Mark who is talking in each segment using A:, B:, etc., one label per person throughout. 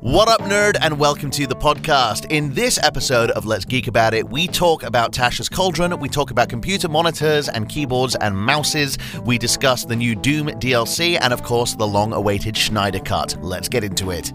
A: What up, nerd, and welcome to the podcast. In this episode of Let's Geek About It, we talk about Tasha's Cauldron, we talk about computer monitors and keyboards and mouses, we discuss the new Doom DLC, and of course, the long awaited Schneider Cut. Let's get into it.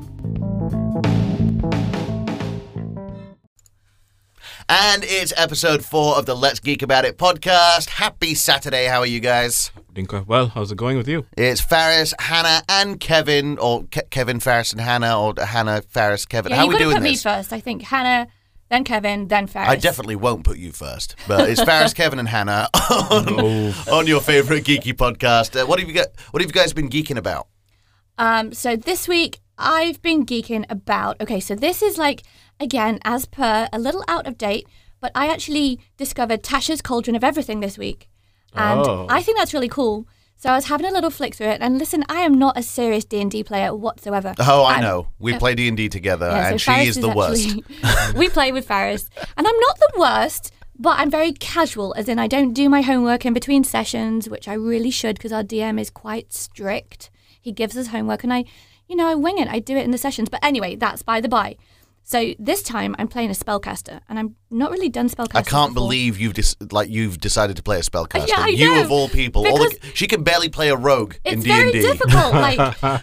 A: And it's episode four of the Let's Geek About It podcast. Happy Saturday. How are you guys?
B: Doing quite well. How's it going with you?
A: It's Faris, Hannah, and Kevin, or Ke- Kevin, Faris, and Hannah, or Hannah, Faris, Kevin.
C: Yeah,
A: How
C: you
A: we
C: gotta
A: doing
C: put
A: this?
C: me first. I think Hannah, then Kevin, then Ferris.
A: I definitely won't put you first, but it's Faris, Kevin, and Hannah on, on your favorite geeky podcast. Uh, what have you got? What have you guys been geeking about?
C: Um, so this week I've been geeking about. Okay, so this is like again, as per, a little out of date, but I actually discovered Tasha's Cauldron of Everything this week, and
B: Oh.
C: I think that's really cool. So I was having a little flick through it, and listen, I am not a serious D and D player whatsoever.
A: Oh, I
C: I'm-
A: know. We play D and D together, and
C: Yeah, so
A: she
C: Faris
A: is the worst.
C: actually- we play with Faris, and I'm not the worst, but I'm very casual, as in I don't do my homework in between sessions, which I really should because our DM is quite strict. He gives us homework, and I, you know, I wing it. I do it in the sessions. But anyway, that's by the by. So this time I'm playing a spellcaster, and I'm not really done spellcaster.
A: I can't
C: before.
A: believe you've dis- like you've decided to play a spellcaster.
C: Yeah, I
A: you
C: know,
A: of all people, all the,
C: because-
A: she can barely play a rogue in
C: It's
A: D and
C: very
A: D.
C: difficult. Like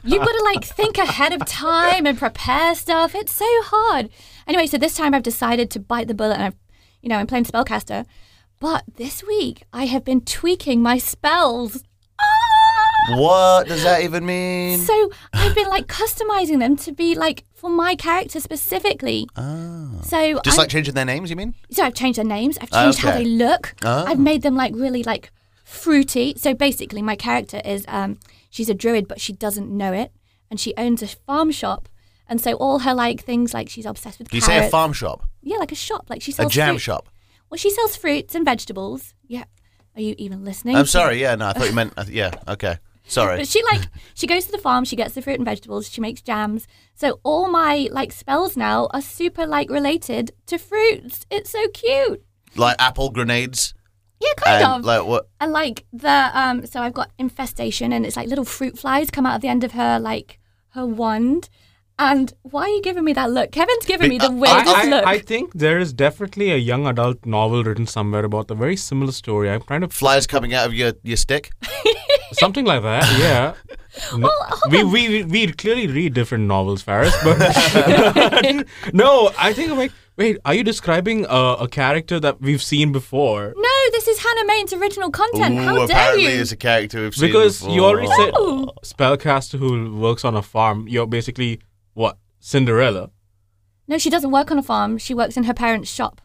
C: you've got to like think ahead of time and prepare stuff. It's so hard. Anyway, so this time I've decided to bite the bullet and I've, you know, I'm playing spellcaster. But this week I have been tweaking my spells. Ah!
A: What does that even mean?
C: So I've been like customizing them to be like for my character specifically. So
A: Ah. Just
C: I'm-
A: like changing their names, you mean?
C: so I've changed their names. I've
A: Oh,
C: changed how
A: okay.
C: they look.
A: Oh.
C: I've made them like really like fruity. So basically, my character is um, she's a druid, but she doesn't know it, and she owns a farm shop. And so all her like things like she's obsessed with
A: Do you
C: carrots.
A: say a farm shop,
C: Yeah, like a shop. Like she
A: a
C: sells
A: jam
C: fruit-
A: shop?
C: Well, she sells fruits and vegetables. Yeah. Are you even listening?
A: I'm
C: She-
A: sorry. Yeah, no, I thought you meant. Uh, yeah, okay. Sorry.
C: But she like she goes to the farm, she gets the fruit and vegetables, she makes jams. So all my like spells now are super like related to fruits. It's so cute.
A: Like apple grenades.
C: Yeah, kind
A: and
C: of.
A: Like what?
C: And like the um, so I've got infestation, and it's like little fruit flies come out of the end of her like her wand. And why are you giving me that look? Kevin's giving me the
A: Be- uh,
B: I,
C: weirdest
B: I,
C: look.
B: I think there is definitely a young adult novel written somewhere about a very similar story. I'm kind of
A: Flies coming out of your, your stick.
B: something like that. Yeah. No- we, we we we clearly read different novels, Faris. But no, I think I'm like, wait, are you describing a, a character that we've seen before?
C: no, this is Hannah Main's original content. How dare
A: apparently
C: you?
A: it's a character we've seen
B: Because you already
A: before.
B: said
C: No.
B: spellcaster who works on a farm. You're basically what Cinderella.
C: No, she doesn't work on a farm. She works in her parents' shop,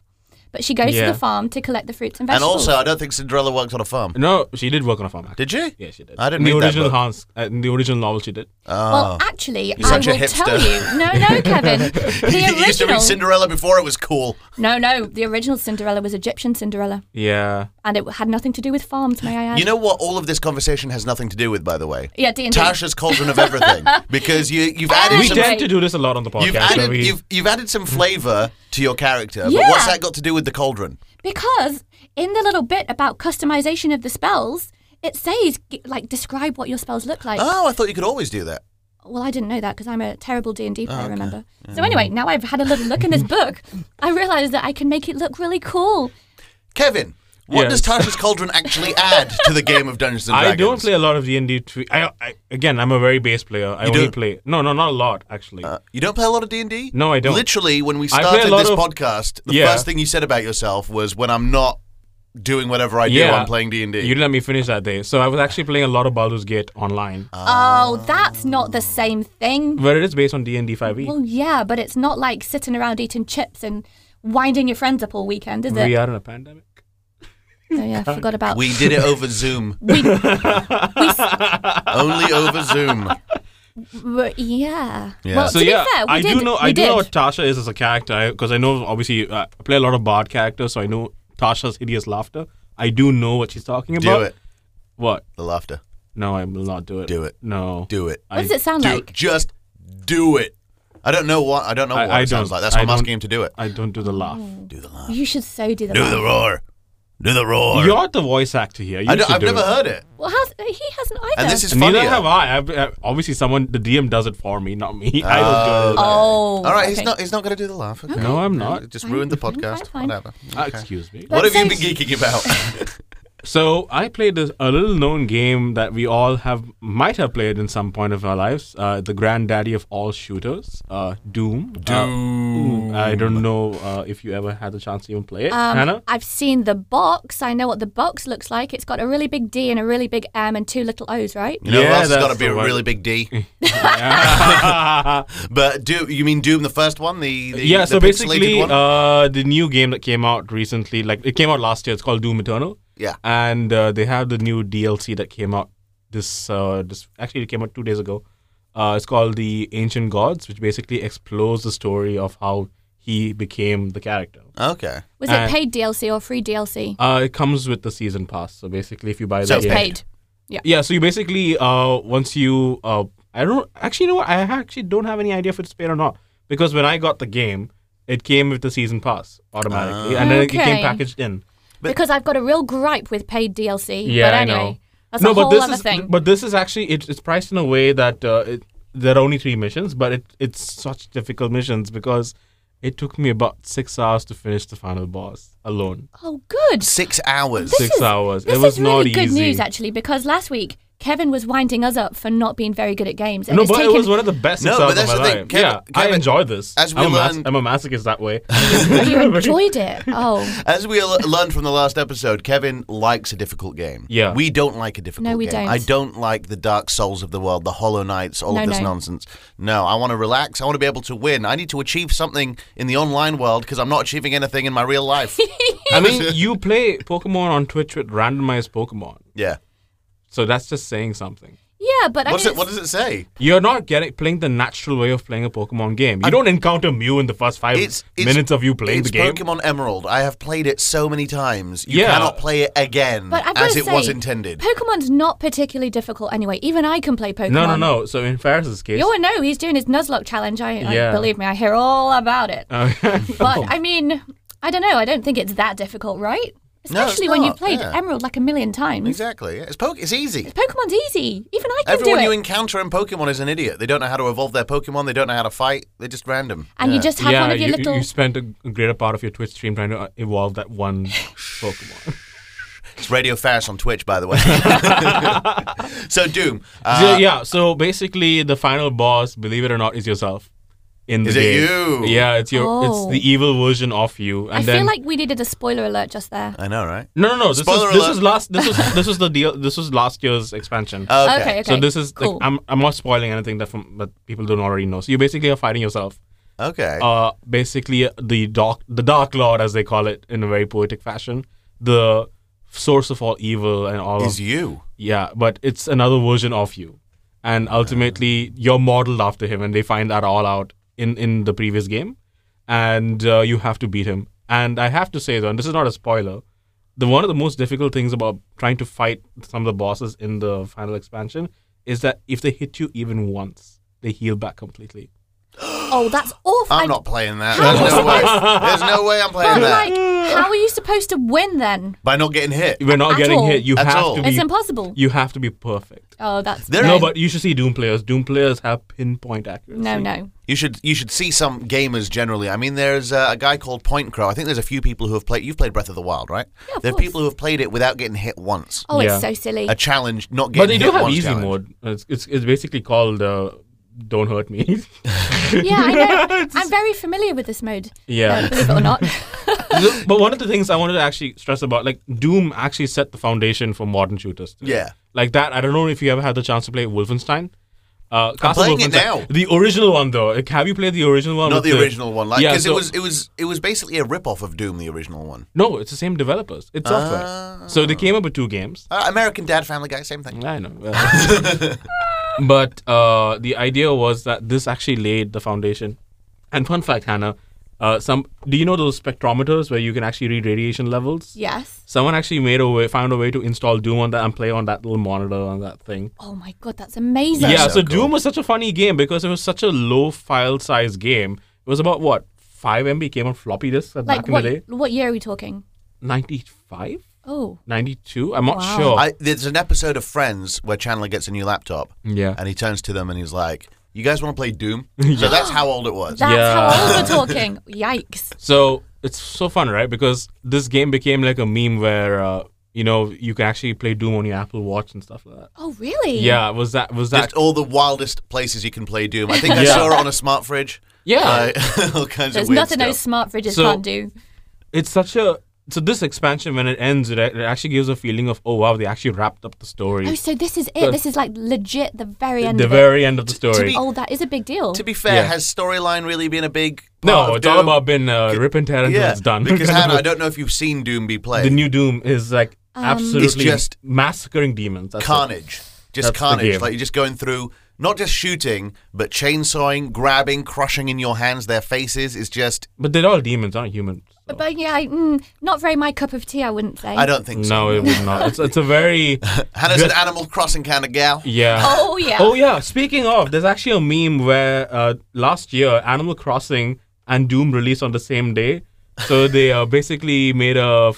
C: but she goes to
B: Yeah.
C: the farm to collect the fruits and
A: And
C: vegetables.
A: also, I don't think Cinderella works on a farm.
B: No, she did work on a farm. Actually.
A: Did you?
B: Yeah, she did.
A: I didn't
B: In the
A: read that
B: original
A: book.
B: Hans, uh, in the original novel, she did.
C: well, actually, I
A: oh, such a
C: will tell
A: hipster.
C: you. No, no, Kevin.
A: you
C: The
A: used to read
C: original.
A: Cinderella before it was cool.
C: No, no, the original Cinderella was Egyptian Cinderella,
B: Yeah.
C: and it had nothing to do with farms. May I add?
A: You know what? All of this conversation has nothing to do with, by the way.
C: yeah, D and D.
A: Tasha's cauldron of everything, because you you've added
B: We
C: Anyway.
A: some.
B: tend to do this a lot on the podcast.
A: You've
B: where
A: added,
B: we-
A: you've, you've added some flavour to your character, but
C: Yeah.
A: what's that got to do with the cauldron?
C: Because in the little bit about customization of the spells, it says g- like describe what your spells look like.
A: Oh, I thought you could always do that.
C: Well, I didn't know that because I'm a terrible D and
A: Ah,
C: D player, remember? So anyway, now I've had a little look in this book. I realised that I can make it look really cool.
A: Kevin, what
B: Yes.
A: does Tasha's cauldron actually add to the game of Dungeons and Dragons?
B: I don't play a lot of D and D. I I- again, I'm a very base player. I
A: You
B: only
A: do-
B: play no, no, not a lot actually.
A: Uh, you don't play a lot of D and D.
B: No, I don't.
A: Literally, when we
B: I play a
A: started
B: lot
A: this
B: of-
A: podcast, the
B: Yeah.
A: first thing you said about yourself was, "When I'm not doing whatever I do,
B: yeah,
A: I'm playing D and
B: You
A: D."
B: didn't let me finish that day, so I was actually playing a lot of Baldur's Gate online,
A: Ah.
C: Oh, that's not the same thing.
B: where it is based on D and D five e.
C: Well, yeah, but it's not like sitting around eating chips and winding your friends up all weekend, is
B: We
C: it?
B: are in a pandemic.
C: Oh yeah, I forgot about.
A: We did it over Zoom,
C: we, we s-
A: only over Zoom.
C: w- yeah.
A: Yeah.
C: Well,
B: So
C: to
B: yeah,
C: be fair, we
B: I
C: did.
B: do know.
C: we
B: I do
C: did.
B: know what Tasha is as a character because I know obviously uh, I play a lot of bard characters, so I know Tasha's hideous laughter. I do know what she's talking about.
A: Do it.
B: What?
A: The laughter.
B: No, I will not do it.
A: Do it.
B: No.
A: Do it.
C: What does it sound
A: Do,
C: like?
A: Just do it. I don't know what. I don't know
B: I-
A: what
B: I
A: it sounds
B: don't-
A: like. That's why
B: I
A: I'm
B: don't-
A: asking him to do it.
B: I don't do the laugh.
A: Do the laugh.
C: You should so do the.
A: Do
C: laugh.
A: the roar. Do the roar.
B: You're the voice actor here. You
A: I don't,
B: should
A: I've
B: do
A: never
B: it.
A: heard it.
C: Well, has, he hasn't either.
A: And this is funny.
B: Neither have I. I've, uh, obviously, someone the DM does it for me, not me. I
A: Oh,
B: don't do
D: Oh.
B: it.
A: All right, he's
D: okay.
A: not. He's not going to do the laugh. Okay.
B: No, I'm not.
A: It just ruined the
C: Mm, Fine, fine,
A: podcast.
C: fine.
A: Whatever.
B: Uh,
A: Okay.
B: excuse me.
A: What have you been
C: Let's
A: geeking about?
B: So I played this a little known game that we all have might have played in some point of our lives. Uh, the granddaddy of all shooters, uh, Doom. Doom. I don't know uh, if you ever had the chance to even play it, Hannah.
C: I've seen the box. I know what the box looks like. It's got a really big D and a really big M and two little O's, right?
A: You know,
B: Yeah,
A: yeah, has got to
B: that's
A: be a
B: the one.
A: really big D.
B: Yeah.
A: But do you mean Doom the first one? The, the
B: yeah.
A: the
B: So
A: pixelated
B: basically,
A: one?
B: uh, the new game that came out recently, like it came out last year. It's called Doom Eternal.
A: yeah.
B: and uh, they have the new DLC that came out this uh, this actually it came out two days ago. Uh, it's called the Ancient Gods, which basically explores the story of how he became the character.
A: Okay.
C: Was
B: Uh,
C: it paid DLC or free DLC?
B: Uh, it comes with the season pass, so basically if you buy
A: So
B: the
A: it's
B: game-
D: Paid.
B: yeah, so you basically uh, once you uh, I don't actually you know what I actually don't have any idea if it's paid or not because when I got the game, it came with the season pass automatically, and then it
C: Okay.
B: came packaged in.
C: because I've got a real gripe with paid DLC.
B: Yeah,
C: but
B: I
C: anyway,
B: know.
C: that's a whole
B: this
C: other
B: is
C: thing.
B: but this is actually it, it's priced in a way that uh, it, there are only three missions, but it it's such difficult missions because it took me about six hours to finish the final boss alone.
C: oh, good.
A: Six hours.
C: This
B: Six
C: is-
B: hours.
C: This
B: it was
C: is really
B: not
C: good
B: easy.
C: news actually because last week Kevin was winding us up for not being very good at games. And
B: no,
C: it's
B: but
C: taken,
B: it was one of the best
A: No,
B: six
A: but
B: hours
A: that's
B: of my
A: the
B: life.
A: thing, Kevin-
B: yeah, I
A: Kevin,
B: enjoyed this.
A: as we
B: I'm, a mas-
A: learned-
B: I'm a masochist that way.
C: you enjoyed it. Oh,
A: As we l- learned from the last episode, Kevin likes a difficult game.
B: Yeah.
A: We don't like a difficult
C: No, we
A: game.
C: don't.
A: I don't like the Dark Souls of the world, the Hollow Knights, all of
C: No,
A: this
C: no.
A: nonsense. No, I want to relax. I want to be able to win. I need to achieve something in the online world because I'm not achieving anything in my real life.
B: I mean, you play Pokemon on Twitch with randomized Pokemon,
A: yeah.
B: so that's just saying something.
C: yeah, but I
A: What's
C: mean,
A: it, what does it say?
B: You're not getting playing the natural way of playing a Pokemon game. You don't encounter Mew in the first five
A: It's- it's-
B: minutes of you playing
A: it's
B: the game.
A: Pokemon Emerald. I have played it so many times. You
B: Yeah.
A: cannot play it again
C: But I've got
A: as
C: to
A: it was
C: say,
A: intended.
C: Pokemon's not particularly difficult anyway. Even I can play Pokemon.
B: No, no, no. So in Ferris's case,
C: You all know he's doing his Nuzlocke challenge. I,
B: Yeah.
C: I believe me, I hear all about it.
B: Uh,
C: But I mean, I don't know. I don't think it's that difficult, right?
A: No, it's
C: Especially when
A: not,
C: you've played
A: yeah.
C: Emerald like a million times.
A: Exactly. It's po- It's easy.
C: Pokemon's easy. Even I can
A: Everyone
C: do it.
A: you encounter in Pokemon is an idiot. They don't know how to evolve their Pokemon. They don't know how to fight. They're just random.
C: and you just have
B: yeah,
C: one of your
B: you,
C: little.
B: you spent a greater part of your Twitch stream trying to uh, evolve that one Pokemon.
A: It's Radio Ferris on Twitch, by the way. so Doom. Uh,
B: so, yeah. So basically, the final boss, believe it or not, is yourself. In the
A: Is it
B: game.
A: you?
B: Yeah, it's your.
C: Oh.
B: It's the evil version of you. And
C: I
B: then
C: feel like we needed a spoiler alert just there.
A: I know, right?
B: no, no, no. This
A: Spoiler
B: is this
A: alert.
B: is last. This was this was the deal. This was last year's expansion.
A: Oh, Okay.
C: okay.
B: So this is
C: cool.
B: like, I'm I'm not spoiling anything that from that people don't already know. So you basically are fighting yourself.
A: Okay.
B: uh, basically the dark the dark lord as they call it in a very poetic fashion the source of all evil and all
A: is
B: of
A: you?
B: yeah but it's another version of you and ultimately you're modeled after him and they find that all out in in the previous game and uh, you have to beat him and i have to say though and this is not a spoiler the one of the most difficult things about trying to fight some of the bosses in the final expansion is that if they hit you even once they heal back completely
C: oh, that's awful.
A: I'm
C: I-
A: not playing that. There's no way. There's no way I'm
C: But
A: playing
C: like,
A: that
C: how are you supposed to win then?
A: by not getting hit.
B: we're not
C: At
B: getting
C: all.
B: hit. You
A: At
B: have
A: all.
B: to be.
C: It's impossible.
B: You have to be perfect.
C: Oh, that's
A: There-
B: No,
C: great.
B: but you should see Doom players. Doom players have pinpoint accuracy.
C: no, no.
A: You should you should see some gamers generally. I mean, there's uh, a guy called Point Crow. I think there's a few people who have played. You've played Breath of the Wild, right?
C: Yeah, of
A: there are
C: course.
A: people who have played it without getting hit once.
C: Oh,
B: Yeah.
C: it's so silly.
A: A challenge, not getting
B: But they do
A: hit
B: have
A: once
B: easy
A: challenge.
B: mode. It's, it's, it's basically called uh, "Don't Hurt Me."
C: yeah, I know. I'm very familiar with this mode.
B: Yeah.
C: Uh, believe it or not.
B: Look, but one of the things I wanted to actually stress about, like Doom, actually set the foundation for modern shooters. too.
A: Yeah.
B: Like that. I don't know if you ever had the chance to play Wolfenstein. Uh, Castle
A: playing it
B: Wolfenstein.
A: now.
B: The original one, though. Like, have you played the original one?
A: Not
B: with
A: the original one, like
B: Yeah,
A: because
B: so-
A: it was it was it was basically a rip off of Doom, the original one.
B: No, it's the same developers. It's software. so
A: Ah.
B: they came up with two games.
A: Uh, American Dad, Family Guy, same thing.
B: I know. Well, but uh, the idea was that this actually laid the foundation. And fun fact, Hannah, uh, some do you know those spectrometers where you can actually read radiation levels?
C: yes.
B: Someone actually made a way, found a way to install Doom on that and play on that little monitor on that thing.
C: Oh my god, that's amazing.
B: yeah,
A: so
B: so,
A: cool.
B: Doom was such a funny game because it was such a low file size game. It was about what five MB came on floppy disk
C: Like
B: back in
C: what?
B: the day.
C: What year are we talking?
B: 95?
C: Oh,
B: 92? I'm not
C: Wow.
B: sure.
A: I, there's an episode of Friends where Chandler gets a new laptop
B: yeah.
A: and he turns to them and he's like, "You guys want to play Doom?" So that's how old it was.
C: that's
B: Yeah.
C: how old we're talking. Yikes.
B: So it's so fun, right? Because this game became like a meme where, uh, you know, you can actually play Doom on your Apple Watch and stuff like that.
C: Oh, really?
B: Yeah, was that was that
A: Just all the wildest places you can play Doom. I think I
B: Yeah.
A: saw it on a smart fridge.
B: Yeah.
A: Uh, all kinds
C: There's
A: of weird
C: nothing
A: stuff.
C: those smart fridges
B: So-
C: can't do.
B: it's such a so this expansion when it ends it, it actually gives a feeling of oh wow they actually wrapped up the story
C: Oh, so this is it. This is like legit the very end
B: the
C: of
B: very end of the story
C: it. Oh, that is a big deal.
A: To be fair,
B: Yeah.
A: has storyline really been a big? part
B: no
A: of
B: it's all
A: Doom?
B: about being uh, rip and tear until
A: yeah.
B: it's done
A: Because Hannah, I don't know if you've seen Doom be
B: the
A: played.
B: new doom is like
C: Um,
B: absolutely
A: It's just
B: massacring demons That's it.
A: carnage, just
B: That's the
A: carnage.
B: game.
A: Like you're just going through. Not just shooting, but chainsawing, grabbing, crushing in your hands their faces is just.
B: but they're all demons aren't humans so.
C: but yeah, I- mm, not very my cup of tea, I wouldn't say.
A: I don't think so.
B: no it would not it's, it's a very
A: Hannah's an Animal Crossing kind of gal.
B: yeah
C: Oh yeah.
B: Oh yeah. Speaking of, there's actually a meme where uh, last year Animal Crossing and Doom released on the same day, so they uh, basically made a,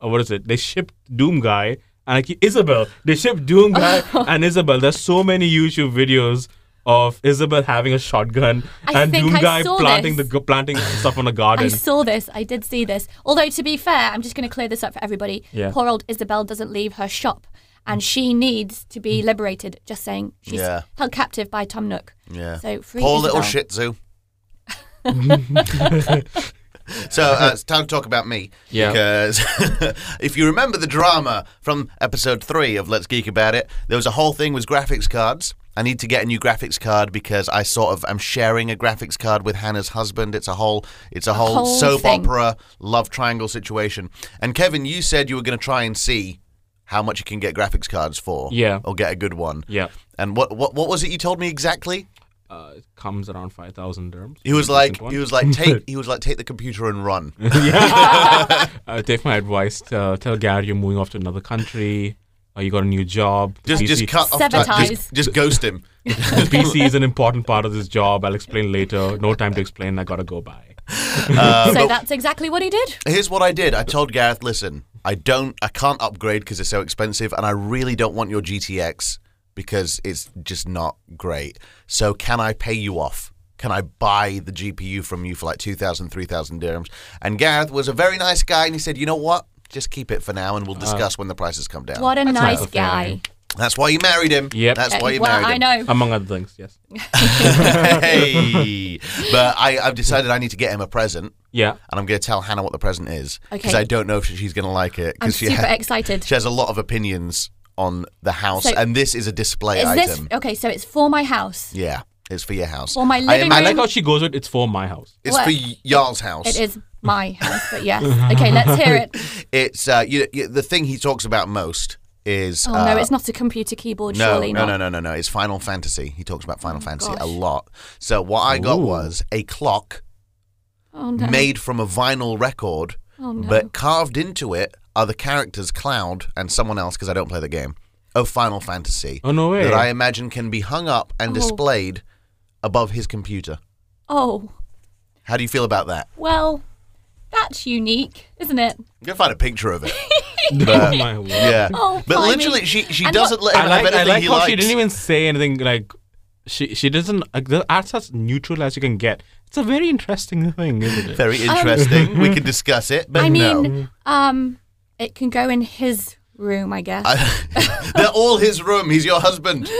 B: a what is it? They shipped Doom guy and like Isabel. They shipped Doom guy and Isabel. There's so many YouTube videos of Isabel having a shotgun
C: I
B: and
C: think
B: Doom
C: I
B: guy
C: saw
B: planting
C: this.
B: the g- planting stuff on a garden.
C: I saw this. I did see this. Although to be fair, I'm just going to clear this up for everybody.
B: Yeah.
C: Poor old Isabel doesn't leave her shop, and she needs to be liberated. Just saying, she's
A: Mm. Yeah.
C: held captive by Tom Nook.
A: Yeah.
C: So free
A: Poor little
C: Isabel.
A: Shih Tzu. so uh, it's time to talk about me.
B: Yeah.
A: Because if you remember the drama from episode three of Let's Geek About It, there was a whole thing with graphics cards. I need to get a new graphics card because I sort of am sharing a graphics card with Hannah's husband. It's a whole it's a whole,
C: whole
A: soap
C: thing.
A: opera love triangle situation. And Kevin, you said you were going to try and see how much you can get graphics cards for.
B: Yeah.
A: Or get a good one.
B: yeah.
A: And what, what what was it you told me exactly?
B: Uh, it comes around five thousand dirhams.
A: He was
B: Decent
A: like,
B: one.
A: he was like, take, he was like, take the computer and run.
B: uh, take my advice. Uh, tell Gary you're moving off to another country. Uh, you got a new job.
A: Just, just cut off.
C: Sabotage.
A: Just, just ghost him.
B: PC is an important part of this job. I'll explain later. No time to explain. I gotta go by.
A: Um,
C: So that's exactly what he did.
A: Here's what I did. I told Gareth, listen, I don't, I can't upgrade because they're so expensive, and I really don't want your GTX because it's just not great. So can I pay you off? Can I buy the GPU from you for like 2,000, 3,000 dirhams? And Gareth was a very nice guy, and he said, you know what? Just keep it for now, and we'll discuss when the prices come down.
C: What a
B: not
C: nice
B: a fair
C: guy.
B: name.
A: That's why you married him.
B: Yep.
A: That's why you
C: well,
A: married him. Um,
C: I know.
B: Among other things, yes.
A: hey. But I, I've decided I need to get him a present,
B: Yeah.
A: and I'm going to tell Hannah what the present is because
C: Okay.
A: I don't know if she's going to like it
C: I'm
A: because she,
C: super
A: ha-
C: excited.
A: she has a lot of opinions on the house,
C: So-
A: and this is a display
C: Is
A: item.
C: this okay? So it's for my house.
A: Yeah, it's for your house.
C: For my
A: I
C: living
A: imagine
B: I like
C: room.
B: how she goes with it's for my house.
A: it's for y- y'all's house.
C: It is my house, but yes. Okay, let's hear it.
A: It's uh, you, you, the thing he talks about most is
C: Oh
A: uh,
C: no, it's not a computer keyboard.
A: No,
C: surely
A: no,
C: not. Oh,
A: no, no, no, no. It's Final Fantasy. He talks about Final Fantasy a
C: gosh.
A: lot. So what I got
B: Ooh.
A: was a clock
C: Oh no.
A: made from a vinyl record,
C: Oh, no.
A: but carved into it are the characters Cloud and someone else because I don't play the game of Final Fantasy.
B: Oh, no way.
A: That I imagine can be hung up and
C: Oh.
A: displayed above his computer.
C: Oh
A: How do you feel about that?
C: well, that's unique, isn't it?
A: I'm gonna find a picture of it.
B: oh my word.
A: Yeah,
C: Oh,
A: but
C: blimey.
A: literally, she she
C: And
A: doesn't let him
B: I
A: have
B: like,
A: anything
B: I like
A: he
B: how
A: likes.
B: she didn't even say anything like she she doesn't like the art's as neutral as you can get. It's a very interesting thing, isn't it?
A: Very interesting. we can discuss it, but
C: I
A: no.
C: mean, um, it can go in his room, I guess.
A: They're all his room. He's your husband.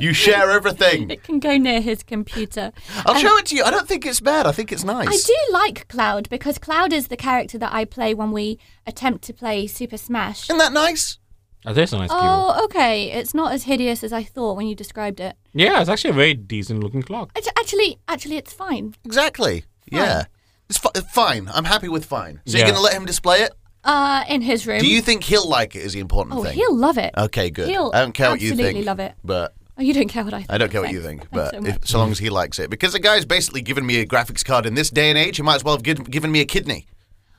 A: You share everything.
C: it can go near his computer.
A: I'll show it to you. I don't think it's bad. I think it's nice.
C: I do like Cloud because Cloud is the character that I play when we attempt to play Super Smash.
A: Isn't that nice?
B: Oh, there's a nice keyboard.
C: Oh, okay. It's not as hideous as I thought when you described it.
B: Yeah, it's actually a very decent looking clock.
C: Act- Actually, actually, it's fine.
A: Exactly. Yeah. It's fi- fine. I'm happy with fine. So
B: Yeah.
A: you're going to let him display it?
C: Uh, in his room.
A: Do you Uh, think he'll like it is the important
C: oh,
A: thing.
C: he'll love it.
A: Okay, good.
C: He'll
A: I don't care what you think.
C: absolutely love it.
A: But
C: Oh, you don't care what I think.
A: I don't care what you
C: Thanks.
A: think,
C: Thanks
A: but
C: so much.
A: if, so long as he likes it. Because the guy's basically given me a graphics card in this day and age, he might as well have gi- given me a kidney.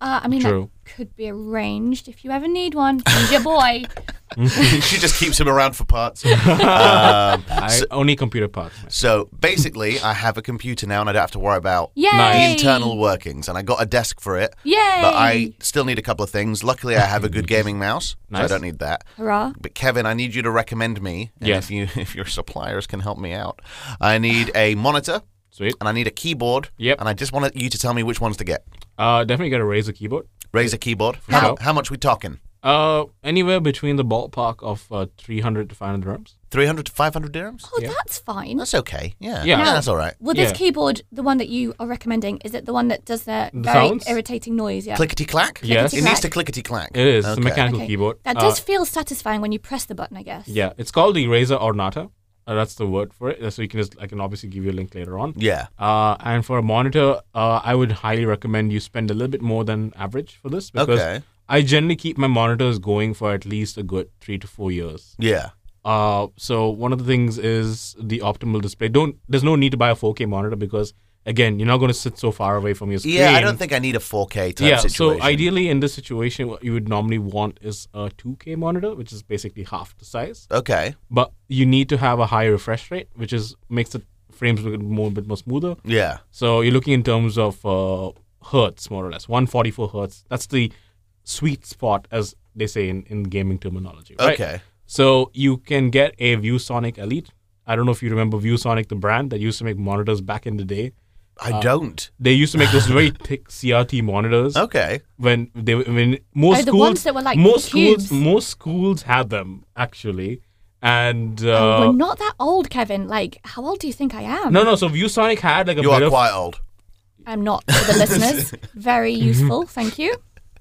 C: uh, I mean,
B: True.
C: that could be arranged if you ever need one. He's your boy.
A: she just keeps him around for parts.
B: I I only computer parts. man.
A: So basically, I have a computer now and I don't have to worry about
C: Yay!
A: the internal workings. And I got a desk for it.
C: Yay!
A: But I still need a couple of things. Luckily, I have a good gaming mouse, so I
B: Nice.
A: don't need that.
C: Hurrah.
A: But Kevin, I need you to recommend me. And
B: Yes.
A: If you if your suppliers can help me out, I need a monitor
B: Sweet.
A: and I need a keyboard.
B: Yep.
A: And I just wanted you to tell me which ones to get.
B: Uh, definitely gotta raise a keyboard.
A: Razer keyboard.
B: sure.
A: How, how much we talking?
B: Uh, anywhere between the ballpark of uh, 300 to 500 dirhams.
A: 300 to 500 dirhams?
C: Oh,
B: Yeah.
C: that's fine.
A: That's okay. Yeah.
B: Yeah.
C: Now-
A: that's all right.
C: Well, this
B: Yeah.
C: keyboard, the one that you are recommending, is it the one that does the
B: The
C: very
B: sounds?
C: irritating noise? Yeah.
A: Clickety clack?
B: Yes.
A: It needs to clickety clack.
B: It is. It's
A: Okay.
B: a mechanical
C: Okay.
B: keyboard.
C: That
B: Uh,
C: does feel satisfying when you press the button, I guess.
B: yeah, it's called the Razor Ornata. Uh, that's the word for it. Uh, So you can just, I can obviously give you a link later on.
A: Yeah.
B: Uh, and for a monitor, uh, I would highly recommend you spend a little bit more than average for this because
A: Okay.
B: I generally keep my monitors going for at least a good three to four years.
A: Yeah.
B: Uh, so one of the things is the optimal display. Don't there's no need to buy a 4K monitor because again, you're not going to sit so far away from your screen.
A: Yeah, I don't think I need a 4K type
B: yeah,
A: situation.
B: so ideally in this situation, what you would normally want is a 2K monitor, which is basically half the size,
A: Okay.
B: but you need to have a high refresh rate, which is makes the frames look more bit more smoother.
A: Yeah.
B: So you're looking in terms of uh, hertz, more or less, 144 hertz. That's the sweet spot, as they say in, in gaming terminology. Right?
A: Okay.
B: So you can get a ViewSonic Elite. I don't know if you remember ViewSonic, the brand that used to make monitors back in the day.
A: I
B: Uh,
A: don't.
B: They used to make those very thick CRT monitors
A: Okay.
B: when they were- when most
C: Oh, the
B: schools
C: ones that were like
B: most schools
C: cubes.
B: most schools had them actually, and
C: Oh,
B: uh,
C: We're not that old, Kevin. Like, how old do you think I am?
B: no, no. So ViewSonic had like a
A: You
B: bit
A: are
B: of
A: quite old.
C: I'm not for the listeners. Very useful, thank you.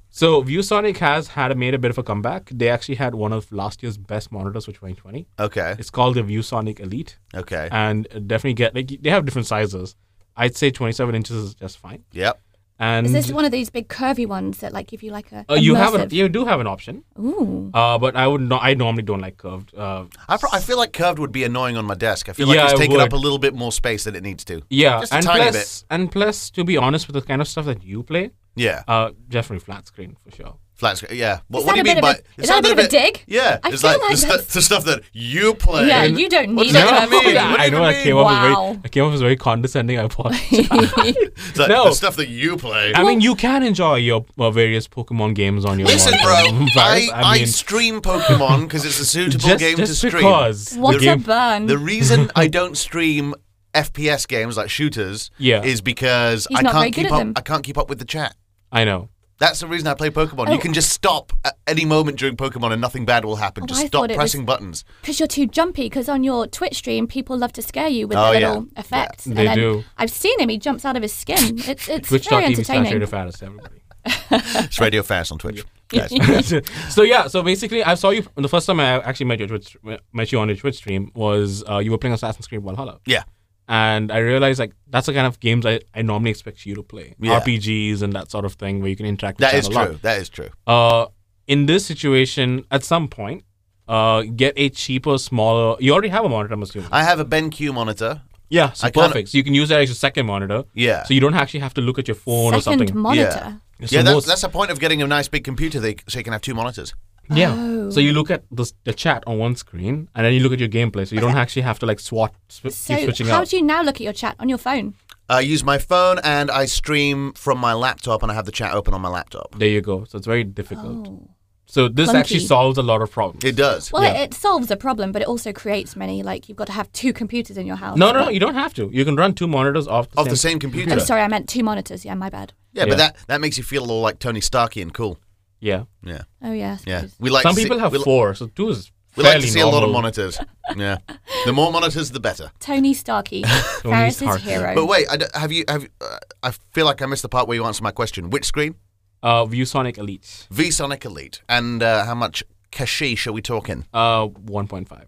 B: So ViewSonic has had made a bit of a comeback. They actually had one of last year's best monitors for 2020.
A: Okay.
B: It's called the ViewSonic Elite,
A: Okay.
B: and definitely get like they have different sizes. I'd say 27 inches is just fine.
A: Yep.
B: And
C: Is this one of these big curvy ones that like give you like a
B: uh, you have an,
C: immersive- Oh.
B: you do have an option,
C: Ooh.
B: uh, but I would not. I normally don't like curved. Uh,
A: I, pro- I feel like curved would be annoying on my desk. I feel like
B: Yeah,
A: it's
B: it
A: taking up
B: would.
A: a little bit more space than it needs to.
B: yeah,
A: Just a
B: and
A: tiny
B: plus- and plus, to be honest, with the kind of stuff that you play,
A: Yeah.
B: uh, definitely flat screen for sure.
A: Flat screen. Yeah. What,
C: Is
A: what do
C: that
A: you
C: a
A: mean
C: bit
A: by
C: of a- is that a bit of a dig?
A: Yeah.
C: I
A: it's
C: feel
A: like,
C: like
A: the, stu-
C: that's-
A: the stuff that you play.
C: Yeah, you don't
A: What's
C: need
A: that
C: it.
A: mean?
B: Yeah,
A: What do
B: I
A: you
B: know I
A: mean?
B: came off as
C: Wow.
B: very, I came off as very condescending. I apologize.
A: It's like
B: No.
A: The stuff that you play.
B: I mean, you can enjoy your uh, various Pokemon games on your
A: Listen, bro,
B: monitor,
A: I,
B: Varus.
A: I, stream Pokemon because it's a suitable
B: just,
A: game to
B: just
A: stream.
B: because
C: What
B: the
C: a
B: game-
C: burn.
A: The reason I don't stream FPS games like shooters
B: Yeah.
A: is because
C: He's
A: I
C: not very
A: can't
C: good
A: keep
C: at
A: up.
C: them.
A: I can't keep up with the chat.
B: I know.
A: That's the reason I play Pokemon. You
C: Oh.
A: can just stop at any moment during Pokemon and nothing bad will happen.
C: Oh,
A: just
C: I
A: stop
C: thought it was-
A: pressing buttons.
C: Because you're too jumpy. Because on your Twitch stream, people love to scare you with
A: Oh,
C: the
A: yeah.
C: little effects.
B: They
C: and then
B: do.
C: I've seen him. He jumps out of his skin. It's it's very
B: Twitch.tv slash
C: entertaining.
B: Radio Fattest, everybody.
A: It's Radio Fast on Twitch. Guys.
B: so yeah, so basically, I saw you the first time I actually met you, Twitch, met you on your Twitch stream was uh, you were playing Assassin's Creed Valhalla,
A: yeah.
B: and I realized like that's the kind of games I, I normally expect you to play,
A: Yeah.
B: RPGs and that sort of thing where you can interact. with
A: That
B: chat
A: is
B: a lot.
A: true. That is true.
B: uh, in this situation, at some point, uh, get a cheaper, smaller. You already have a monitor, I'm assuming.
A: I have a BenQ monitor.
B: yeah, so
A: I kinda-
B: perfect. So you can use that as your second monitor.
A: Yeah.
B: So you don't actually have to look at your phone or
C: Second
B: something.
C: monitor.
B: It's
A: yeah,
B: the
A: that's,
B: most-
A: that's the point of getting a nice big computer they, so you can have two monitors.
B: yeah.
C: Oh.
B: So you look at the, the chat on one screen, and then you look at your gameplay. So you don't actually have to like swat, sw- keep
C: So
B: switching
C: how
B: out.
C: do you now look at your chat on your phone?
A: I use my phone and I stream from my laptop and I have the chat open on my laptop.
B: there you go. So it's very difficult.
C: Oh.
B: So this actually
C: Clunky.
B: solves a lot of problems.
A: It does.
C: Well,
B: Yeah.
C: it, it solves a problem, but it also creates many. Like you've got to have two computers in your house.
B: no, no, no, you don't have to. You can run two monitors off the
A: Of
B: same.
A: the same computer.
C: I'm sorry, I meant two monitors. Yeah, my bad.
A: Yeah, but
B: Yeah.
A: that, that makes you feel all like Tony Starkey and cool.
B: Yeah.
A: Yeah.
C: Oh yeah. I
A: Yeah.
C: suppose.
A: We like
B: Some
A: to
B: people
A: see,
B: have
A: we, li-
B: four, so two is
A: we like to
B: fairly
A: see a lot of
B: normal.
A: monitors. Yeah. The more monitors, the better.
C: Tony Starkey, Ferris's
B: Starkey.
C: hero.
A: But wait, I d have you? Have you- uh, I feel like I missed the part where you answered my question. Which screen?
B: Uh, ViewSonic Elite.
A: VSonic Elite, and uh, how much cashish are we talking?
B: Uh, 1.5.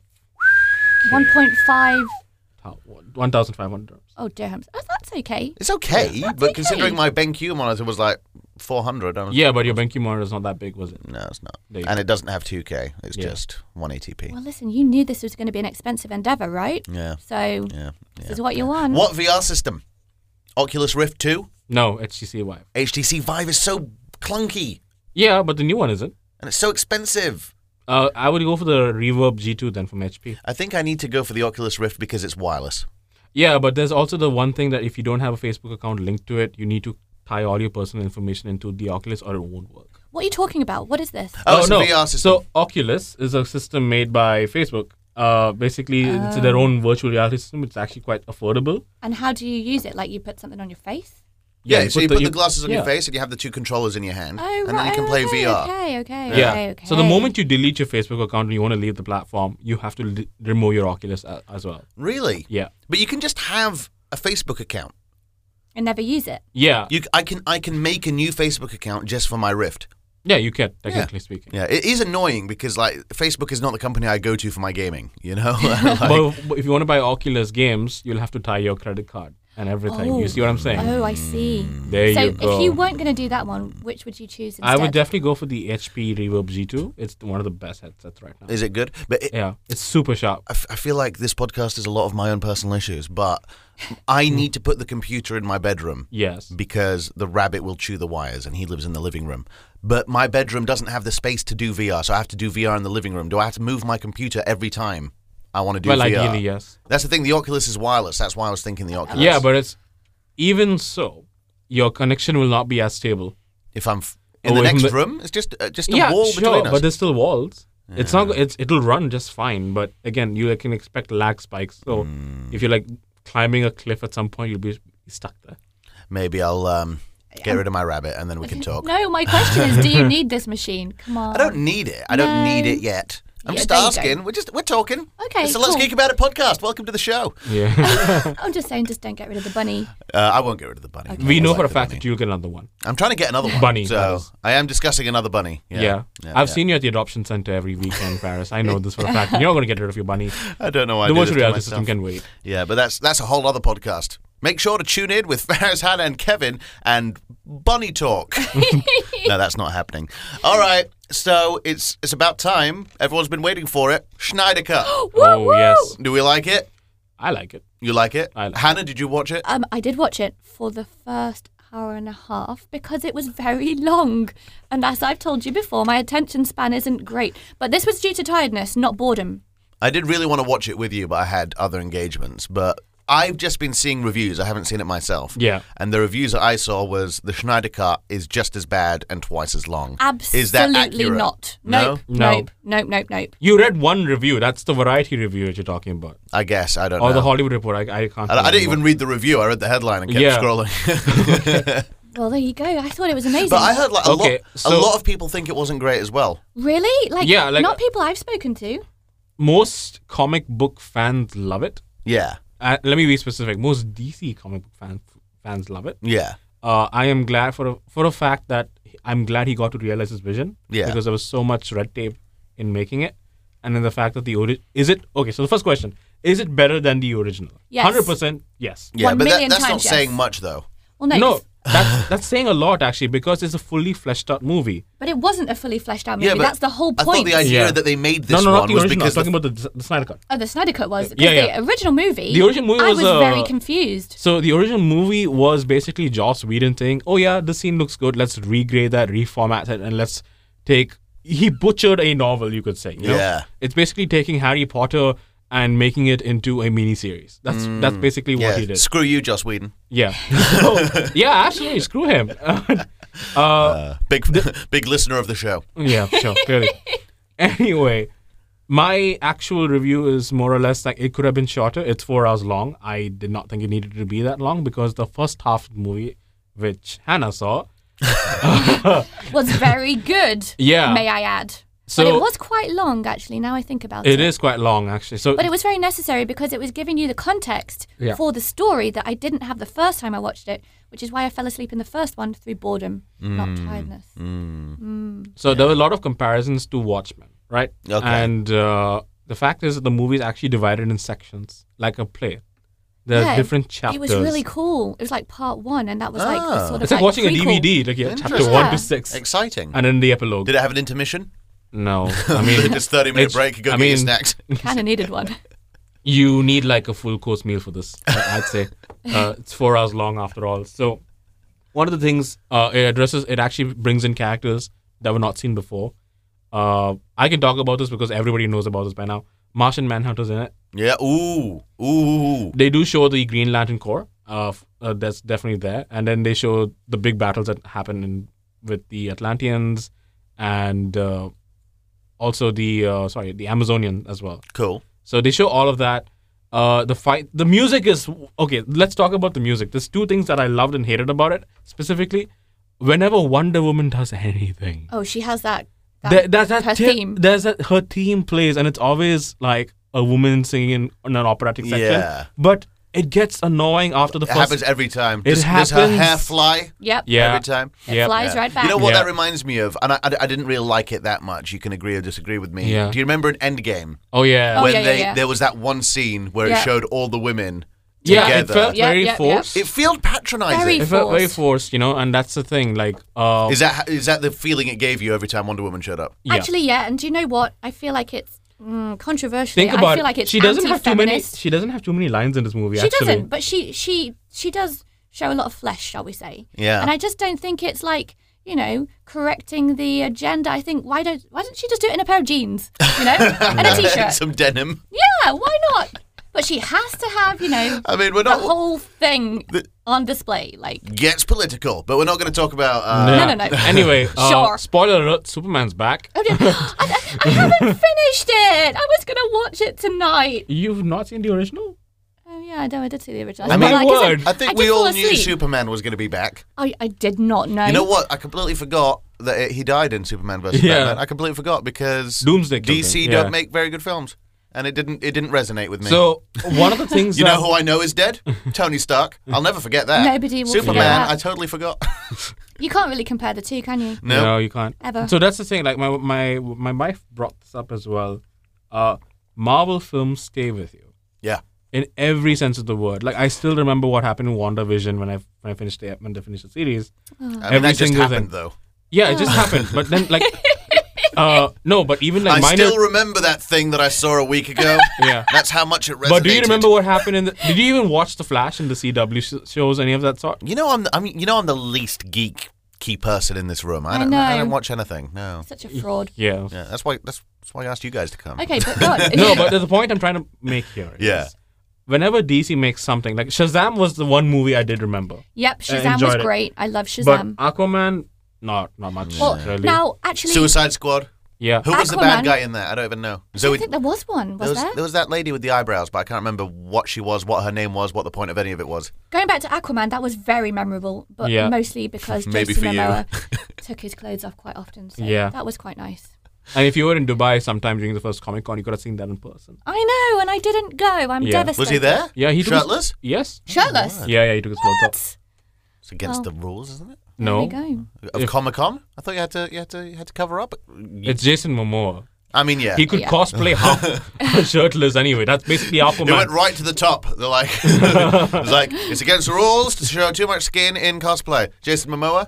C: 1.5.
B: How- 1,500.
C: Oh dirhams. Oh, that's okay.
A: It's okay, but
C: okay.
A: considering my BenQ monitor was like 400, I was,
B: Yeah, but your BenQ monitor is not that big, was it?
A: no, it's not,
B: There you
A: and it doesn't have 2K. It's
B: Yeah.
A: just 180p.
C: Well, listen, you knew this was going to be an expensive endeavor, right?
A: Yeah,
C: So
A: yeah,
C: this
A: yeah.
C: is what you want.
A: What VR system? Oculus Rift 2.
B: No, HTC Vive.
A: HTC Vive is so clunky,
B: Yeah, but the new one isn't.
A: and it's so expensive.
B: Uh, I would go for the Reverb G2 then from HP.
A: I think I need to go for the Oculus Rift because it's wireless.
B: Yeah, but there's also the one thing that if you don't have a Facebook account linked to it, you need to tie all your personal information into the Oculus or it won't work.
C: What are you talking about? What is this?
A: Oh, it's a
B: no.
A: VR system.
B: So Oculus is a system made by Facebook. Uh, basically, it's their
A: Ah.
B: own virtual reality system. It's actually quite affordable.
C: And how do you use it? Like you put something on your face?
A: yeah, so you put the, glasses on
B: yeah.
A: your face and you have the two controllers in your hand,
C: Oh,
A: and then you
C: right.
A: can play
C: okay,
A: VR.
C: Okay, okay,
B: Yeah.
C: okay, okay.
B: So the moment you delete your Facebook account and you want to leave the platform, you have to l- remove your Oculus a- as well.
A: Really?
B: Yeah.
A: But you can just have a Facebook account.
C: and never use it.
B: Yeah.
A: You, I can, I can make a new Facebook account just for my Rift.
B: yeah, you can, technically speaking.
A: Yeah, it is annoying because like Facebook is not the company I go to for my gaming. You know, Like,
B: But if- but if you want to buy Oculus games, you'll have to tie your credit card and everything.
C: Oh.
B: You see what I'm saying?
C: Oh, I see.
A: Mm.
B: There
C: so
B: you go.
C: if you weren't going to do that one, which would you choose instead?
B: I would definitely go for the HP Reverb G2. It's th- one of the best headsets right now.
A: is it good? But it,
B: yeah, it's super sharp.
A: I, f- I feel like this podcast is a lot of my own personal issues. But I need to put the computer in my bedroom
B: Yes.
A: because the rabbit will chew the wires, and he lives in the living room. But my bedroom doesn't have the space to do VR, so I have to do VR in the living room. Do I have to move my computer every time I want to do
B: Well,
A: VR?
B: ideally, yes.
A: That's the thing. The Oculus is wireless. That's why I was thinking the Oculus.
B: Yeah, but it's even so, your connection will not be as stable.
A: if I'm f- in the
B: Away from
A: next
B: the-
A: room, it's just uh, just a
B: Oh, yeah,
A: wall
B: sure,
A: between us.
B: but there's still walls. It's not. It's it'll run just fine, but again, you can expect lag spikes. So
A: Hmm.
B: if you're like climbing a cliff at some point, you'll be stuck there.
A: Maybe I'll um, get rid of my rabbit and then we can talk.
C: No, my question is, do you need this machine? Come on.
A: I don't need it. I don't need it yet. I'm
C: Yeah,
A: just
C: there you go.
A: asking. We're just we're talking.
C: Okay,
A: So let's
C: cool.
A: geek about it podcast. Welcome to the show.
B: Yeah,
C: I'm just saying, just don't get rid of the bunny.
A: Uh, I won't get rid of the bunny.
B: we
A: I
B: know
A: like
B: for a
A: the
B: fact
A: bunny.
B: that you'll get another one.
A: I'm trying to get another one.
B: Bunny, that
A: So
B: is.
A: I am discussing another bunny. Yeah.
B: Yeah, I've seen you at the adoption center every weekend, Paris. I know this for a fact. You're not going to get rid of your bunny.
A: I don't know why. I
B: the
A: do this
B: virtual
A: to
B: reality
A: myself.
B: system can wait.
A: Yeah, but that's that's a whole other podcast. Make sure to tune in with Faraz Hannah and Kevin and Bunny Talk. no, that's not happening. All right, so it's it's about time. Everyone's been waiting for it. Schneider Cup.
C: Woo,
B: oh
C: woo.
B: yes,
A: Do we like it?
B: I like it.
A: You like it?
B: I like
A: Hannah, did you watch it?
C: Um, I did watch it for the first hour and a half because it was very long. And as I've told you before, my attention span isn't great. But this was due to tiredness, not boredom.
A: I did really want to watch it with you, but I had other engagements. But I've just been seeing reviews. I haven't seen it myself.
B: Yeah.
A: And the reviews that I saw was the Schneider cut is just as bad and twice as long.
C: Absolutely
A: is that accurate?
C: not.
A: No?
C: Nope,
B: No.
C: nope, nope, nope, nope.
B: You read one review. That's the variety review that you're talking about,
A: I guess I don't
B: or
A: know.
B: the Hollywood Report. I, I can't.
A: I, I didn't
B: remember.
A: even read the review. I read the headline and kept
B: Yeah.
A: scrolling.
C: Well, there you go. I thought it was amazing.
A: but I heard like a,
B: Okay,
A: lot, a
B: so-
A: lot of people think it wasn't great as well.
C: really? Like,
B: Yeah, like-
C: not people I've spoken to.
B: most comic book fans love it.
A: Yeah.
B: Uh, let me be specific. Most DC comic book fans fans love it.
A: Yeah.
B: Uh, I am glad for a, for a fact that he- I'm glad he got to realize his vision.
A: Yeah.
B: Because there was so much red tape in making it, and then the fact that the ori- is it okay. So the first question is it better than the original?
C: Yes.
B: Hundred percent. Yes.
A: Yeah,
C: One
A: but that,
C: million
A: that's not
C: times, yes.
A: saying much though.
C: Well, no.
B: No, that's that's saying a lot actually because it's a fully fleshed out movie.
C: But it wasn't a fully fleshed out movie.
A: yeah, but
C: That's the whole
A: I thought
C: point.
A: the idea
B: Yeah.
A: that they made
B: no,
A: this
B: no, not
A: one
B: the
A: was
B: original. I'm
A: because the
B: talking about the, the Snyder Cut.
C: Oh, the Snyder Cut was. 'cause
B: Yeah, yeah.
C: The original movie.
B: The original movie
C: I
B: was,
C: was
B: uh,
C: very confused.
B: So the original movie was basically Joss Whedon saying, "Oh yeah, this scene looks good. Let's regrade that, reformat it, and let's take." He butchered a novel, you could say. you know?
A: Yeah.
B: it's basically taking Harry Potter and making it into a miniseries. That's that's basically what he
A: Mm. yeah,
B: did.
A: screw you, Joss Whedon.
B: Yeah, so, yeah, absolutely. Screw him. uh,
A: Big big listener of the show.
B: yeah, sure, clearly. Anyway, my actual review is more or less like it could have been shorter. It's four hours long. I did not think it needed to be that long because the first half of the movie, which Hannah saw,
C: Was very good.
B: Yeah.
C: May I add?
B: So-
C: but it was quite long, actually. Now I think about it.
B: it is quite long actually. So
C: But it was very necessary because it was giving you the context
B: Yeah.
C: for the story that I didn't have the first time I watched it, which is why I fell asleep in the first one through boredom, not
A: Hmm.
C: tiredness.
B: so there were a lot of comparisons to Watchmen, right?
A: Okay.
B: And uh, the fact is that the movie is actually divided in sections, like a play. There are different chapters.
C: It was really cool. It was like part one, and that was like
A: Ah.
C: the sort of
B: It's like watching
C: prequel.
B: a DVD, like yeah, chapter
A: Interesting.
B: one
C: Yeah.
B: to six,
A: Exciting.
B: and then the epilogue.
A: Did it have an intermission?
B: no, I mean
A: Just thirty minute
B: It's-
A: break. Go
B: I
A: get your
B: mean-
A: snacks.
C: Kind of needed one.
B: you need like a full course meal for this. I- I'd say uh, it's four hours long after all. So one of the things uh, it addresses, it actually brings in characters that were not seen before. Uh, I can talk about this because everybody knows about this by now. Martian Manhunter's in it.
A: Yeah. Ooh. Ooh.
B: They do show the Green Lantern Corps. Uh, f- uh, that's definitely there, and then they show the big battles that happen in, with the Atlanteans and uh, also the uh, sorry the Amazonian as well.
A: Cool.
B: So they show all of that. Uh, the fight, the music is okay. Let's talk about the music. There's two things that I loved and hated about it specifically. Whenever Wonder Woman does anything,
C: Oh, she has that. that
B: there, there's that
C: her
B: theme.
C: theme.
B: There's that her theme plays, and it's always like a woman singing in, in an operatic section.
A: Yeah.
B: But it gets annoying after the
A: It
B: first.
A: happens every time.
B: It
A: does, does her hair
B: happens-
A: fly
C: Yep.
B: Yeah.
A: every time?
C: It
B: Yep.
C: flies
A: Yeah.
C: right back.
A: You know what
B: Yeah.
A: that reminds me of, and I, I, I didn't really like it that much. You can agree or disagree with me.
B: Yeah.
A: Do you remember in Endgame
B: oh yeah.
C: Oh,
A: when
C: yeah, yeah,
A: they
C: yeah.
A: there was that one scene where it
C: Yeah.
A: showed all the women
B: yeah.
A: together?
B: It felt
C: Yeah,
B: very
C: yeah, yeah.
B: forced.
A: It felt patronizing.
C: Very
B: It felt very
C: forced.
B: forced, you know, and that's the thing. Like, uh,
A: Is that is that the feeling it gave you every time Wonder Woman showed up?
B: yeah.
C: Actually, yeah. And do you know what? I feel like it's mm, controversial.
B: think about
C: I
B: it.
C: feel like it's
B: she doesn't have too many.
C: anti-feminist.
B: She doesn't have too many lines in this movie.
C: She
B: actually.
C: doesn't, but she she she does show a lot of flesh, shall we say?
A: Yeah.
C: And I just don't think it's like you know correcting the agenda. I think why don't why doesn't she just do it in a pair of jeans, you know, and a t-shirt?
A: Some denim.
C: Yeah, why not? But she has to have you know
A: I mean, we're
C: the
A: not
C: whole thing on display, like
A: gets political, but we're not going to talk about. Uh,
C: No, no, no.
B: Anyway, uh,
C: Sure.
B: spoiler alert: Superman's back.
C: Oh, no. I, I haven't finished it. I was gonna watch it tonight.
B: You've not seen the original?
C: Oh yeah, I know. I did see the original.
A: I mean-
C: Like, 'cause
B: word.
A: I think
C: I
A: we
C: did
A: all
C: fall
A: knew
C: asleep.
A: Superman was going to be back.
C: I, I did not know.
A: You know what? I completely forgot that it, he died in Superman versus
B: Yeah.
A: Batman. I completely forgot because
B: Doomsday killed
A: DC
B: him, yeah.
A: don't make very good films, and it didn't it didn't resonate with me.
B: So one of the things
A: you
B: that,
A: know who I know is dead? Tony Stark. I'll never forget that.
C: Nobody will forget
A: Superman.
C: that.
A: I totally forgot.
C: You can't really compare the two, can you?
A: no.
B: No, you can't.
C: Ever.
B: So that's the thing. Like my my my wife brought this up as well. Uh, Marvel films stay with you
A: Yeah.
B: in every sense of the word. Like I still remember what happened in WandaVision when I when I finished the when I finished the series.
A: I mean,
B: Every
A: that just
B: single
A: happened
B: thing.
A: though.
B: Yeah, it just happened. But then like, uh, no, but even like
A: I
B: minor.
A: still remember that thing that I saw a week ago.
B: yeah.
A: That's how much it resonated.
B: But do you remember what happened in the? Did you even watch the Flash and the CW sh- shows any of that sort?
A: You know, I'm. I'm. You know, I'm the least geek key person in this room. I
C: I
A: don't. I,
C: know.
A: don't watch anything. No.
C: Such a fraud.
B: Yeah.
A: Yeah. That's why. That's, that's why I asked you guys to come.
C: Okay, but God,
B: no, but the point I'm trying to make here. is
A: Yeah.
B: Whenever DC makes something, like Shazam was the one movie I did remember.
C: yep, Shazam was
B: uh, enjoyed it.
C: great. I love
B: But
C: Shazam.
B: Aquaman, not not much
C: um, well,
B: really.
C: now actually,
A: Suicide Squad.
B: yeah.
A: Who was the bad
C: Aquaman.
A: guy in that? I don't even know. Zoe.
C: I think there was one. Was
A: there was,
C: there?
A: there was that lady with the eyebrows, but I can't remember what she was, what her name was, what the point of any of it was.
C: Going back to Aquaman, that was very memorable, but
B: Yeah.
C: mostly because
A: Maybe
C: Jason
A: for you.
C: Momoa took his clothes off quite often. So
B: Yeah.
C: that was quite nice.
B: And if you were in Dubai sometime during the first Comic Con, you could have seen that in person.
C: I know, and I didn't go. I'm
B: Yeah.
C: devastated.
A: Was he there? Oh,
B: Yeah, he took his-
A: shirtless.
B: Yes.
C: Shirtless.
B: Yeah, yeah, he took his clothes off.
C: What?
A: It's against
C: Oh.
A: the rules, isn't it?
B: No,
C: There we go.
A: Of Comic Con. I thought you had to. You had to. You had to cover up.
B: it's Jason Momoa.
A: I mean, yeah.
B: He could
C: Yeah.
B: cosplay half shirtless anyway. That's basically
A: It went
B: Aquaman.
A: right to the top. They're like, it's like it's against the rules to show too much skin in cosplay. Jason Momoa,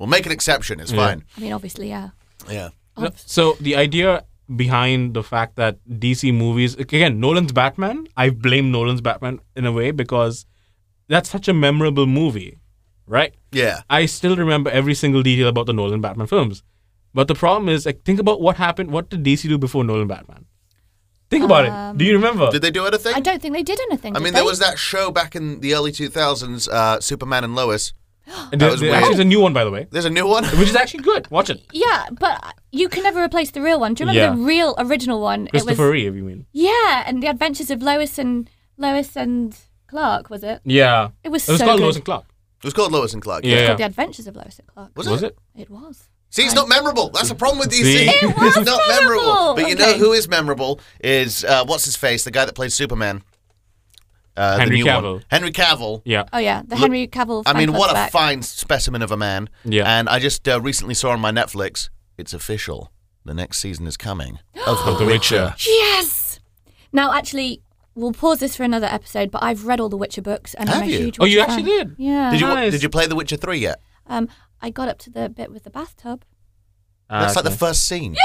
A: we'll make an exception. It's fine.
C: I mean, obviously, yeah.
A: Yeah.
B: No, so the idea behind the fact that DC movies again Nolan's Batman, I blame Nolan's Batman in a way because that's such a memorable movie, right?
A: Yeah.
B: I still remember every single detail about the Nolan Batman films. But the problem is like think about what happened, what did DC do before Nolan Batman? Think about it. Do you
C: Um,
B: remember?
A: Did they do anything?
C: I don't think they did anything.
A: I
C: did
A: mean,
C: they?
A: there was that show back in the early 2000s, uh, Superman and Lois.
B: And
A: that was
B: there-
A: weird.
B: Actually, it's a new one by the way,
A: There's a new one.
B: which is actually good. Watch it.
C: Yeah, but you can never replace the real one. Do you remember
B: Yeah.
C: the real original one?
B: Christopher Reeve, you mean?
C: Yeah, and the Adventures of Lois and Lois and Clark was it?
B: Yeah.
C: It was
B: It was
C: so
B: called
C: good.
B: Lois and Clark.
A: It was called Lois and Clark.
B: Yeah.
C: It's called The Adventures of Lois and Clark.
A: Was,
B: Was
A: it?
B: it?
C: It was.
A: See, it's not memorable. That's the problem with DC.
B: See? It
A: it's
C: was
A: not memorable.
C: memorable.
A: But you know
C: Okay.
A: who is memorable is uh, what's his face, the guy that plays Superman. Uh,
B: Henry
A: the new one.
B: Cavill.
A: Henry Cavill.
B: Yeah.
C: Oh yeah, the Henry Cavill.
A: I mean,
C: fan
A: what a
C: flashback.
A: fine specimen of a man.
B: Yeah.
A: And I just uh, recently saw on my Netflix, it's official. The next season is coming of The Witcher.
C: Yes. Now, actually, we'll pause this for another episode. But I've read all the Witcher books, and I'm
A: Have
C: a
A: you?
C: huge.
B: Oh, you
C: Witcher
B: actually
C: fan.
B: did?
C: Yeah.
A: Did you
B: Nice.
A: did you play The Witcher 3 yet?
C: Um, I got up to the bit with the bathtub.
A: That's like
B: Ah, Okay.
A: the first scene.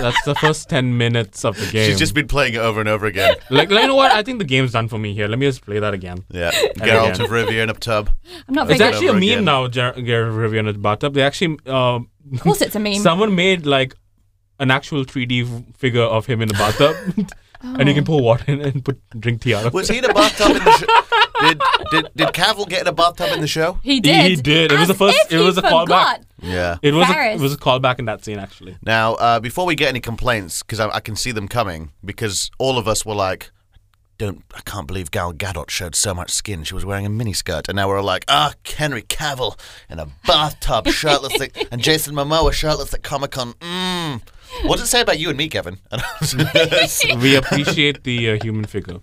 B: That's the first 10 minutes of the game.
A: She's just been playing it over and over again.
B: like, like, you know what? I think the game's done for me here. Let me just play that again.
A: Yeah, Geralt
B: again.
A: of Rivia in a tub.
C: I'm not very
B: It's
C: good.
B: actually a
A: over
B: meme
A: again.
B: now, Ger- Geralt of Rivia and his bathtub. They actually, um,
C: Of course, it's a meme.
B: someone made like an actual 3D f- figure of him in a bathtub,
C: Oh.
B: and you can pour water in and put drink tea out of
A: Was he in a bathtub in the show? Did, did, did Cavill get in a bathtub in the show?
C: He
B: He-
C: did.
B: he did. It was
C: As
B: the first-
C: if
B: it
C: he
B: was a callback.
C: forgot.
A: Yeah.
B: it. It was a,
C: Ferris.
B: it was a callback in that scene actually.
A: Now, uh, before we get any complaints, because I, I can see them coming, because all of us were like, "Don't, I can't believe Gal Gadot showed so much skin. She was wearing a miniskirt." And now we're all like, "Ah, Henry Cavill in a bathtub, shirtless, at, and Jason Momoa shirtless at Comic Con." Mm. What does it say about you and me, Kevin?
B: We appreciate the uh, human figure.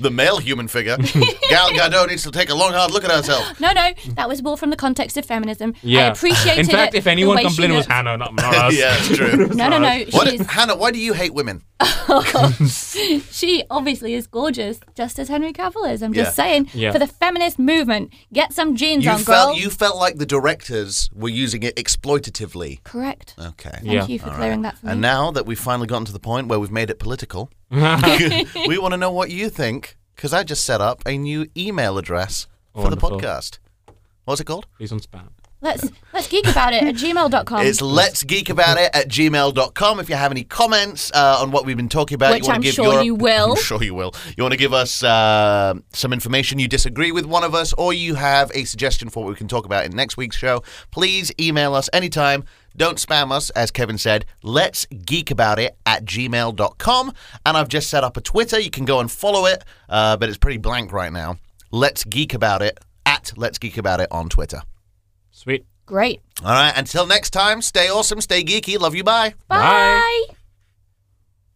A: the male human figure. Gal Gadot needs to take a long, hard look at herself.
C: No, no, that was more from the context of feminism. I
B: Yeah.
C: appreciated
B: In fact,
C: it,
B: if
C: the
B: anyone
C: way she
B: complained, it was
C: looked.
B: Hannah, not, not us.
A: Yeah, it's true.
C: No, no, no.
A: What,
C: She's,
A: Hannah? Why do you hate women?
C: she obviously is gorgeous, just as Henry Cavill is. I'm just
A: Yeah.
C: saying,
B: Yeah.
C: for the feminist movement, get some jeans
A: You
C: on,
A: felt
C: girl.
A: you felt like the directors were using it exploitatively.
C: Correct.
A: Okay.
C: Thank
B: Yeah.
C: you for clearing that for me.
A: And now that we've finally gotten to the point where we've made it political, we want to know what you think because I just set up a new email address for
B: Wonderful.
A: the podcast. What's it called?
B: Please don't spam.
C: let's let's geek about it at gmail.com.
A: it's let's geek about it at gmail.com. If you have any comments uh, on what we've been talking about,
C: Which
A: you want
C: I'm
A: to give
C: sure
A: your-
C: you will.
A: I'm sure you will. You want to give us uh, some information you disagree with one of us, or you have a suggestion for what we can talk about in next week's show, please email us anytime. Don't spam us, as Kevin said. Let's geek about it at gmail.com. And I've just set up a Twitter. You can go and follow it, uh, but it's pretty blank right now. Let's geek about it at Let's Geek About It on Twitter.
B: Sweet.
C: Great.
A: All right, until next time, stay awesome, stay geeky. Love you. Bye.
C: Bye.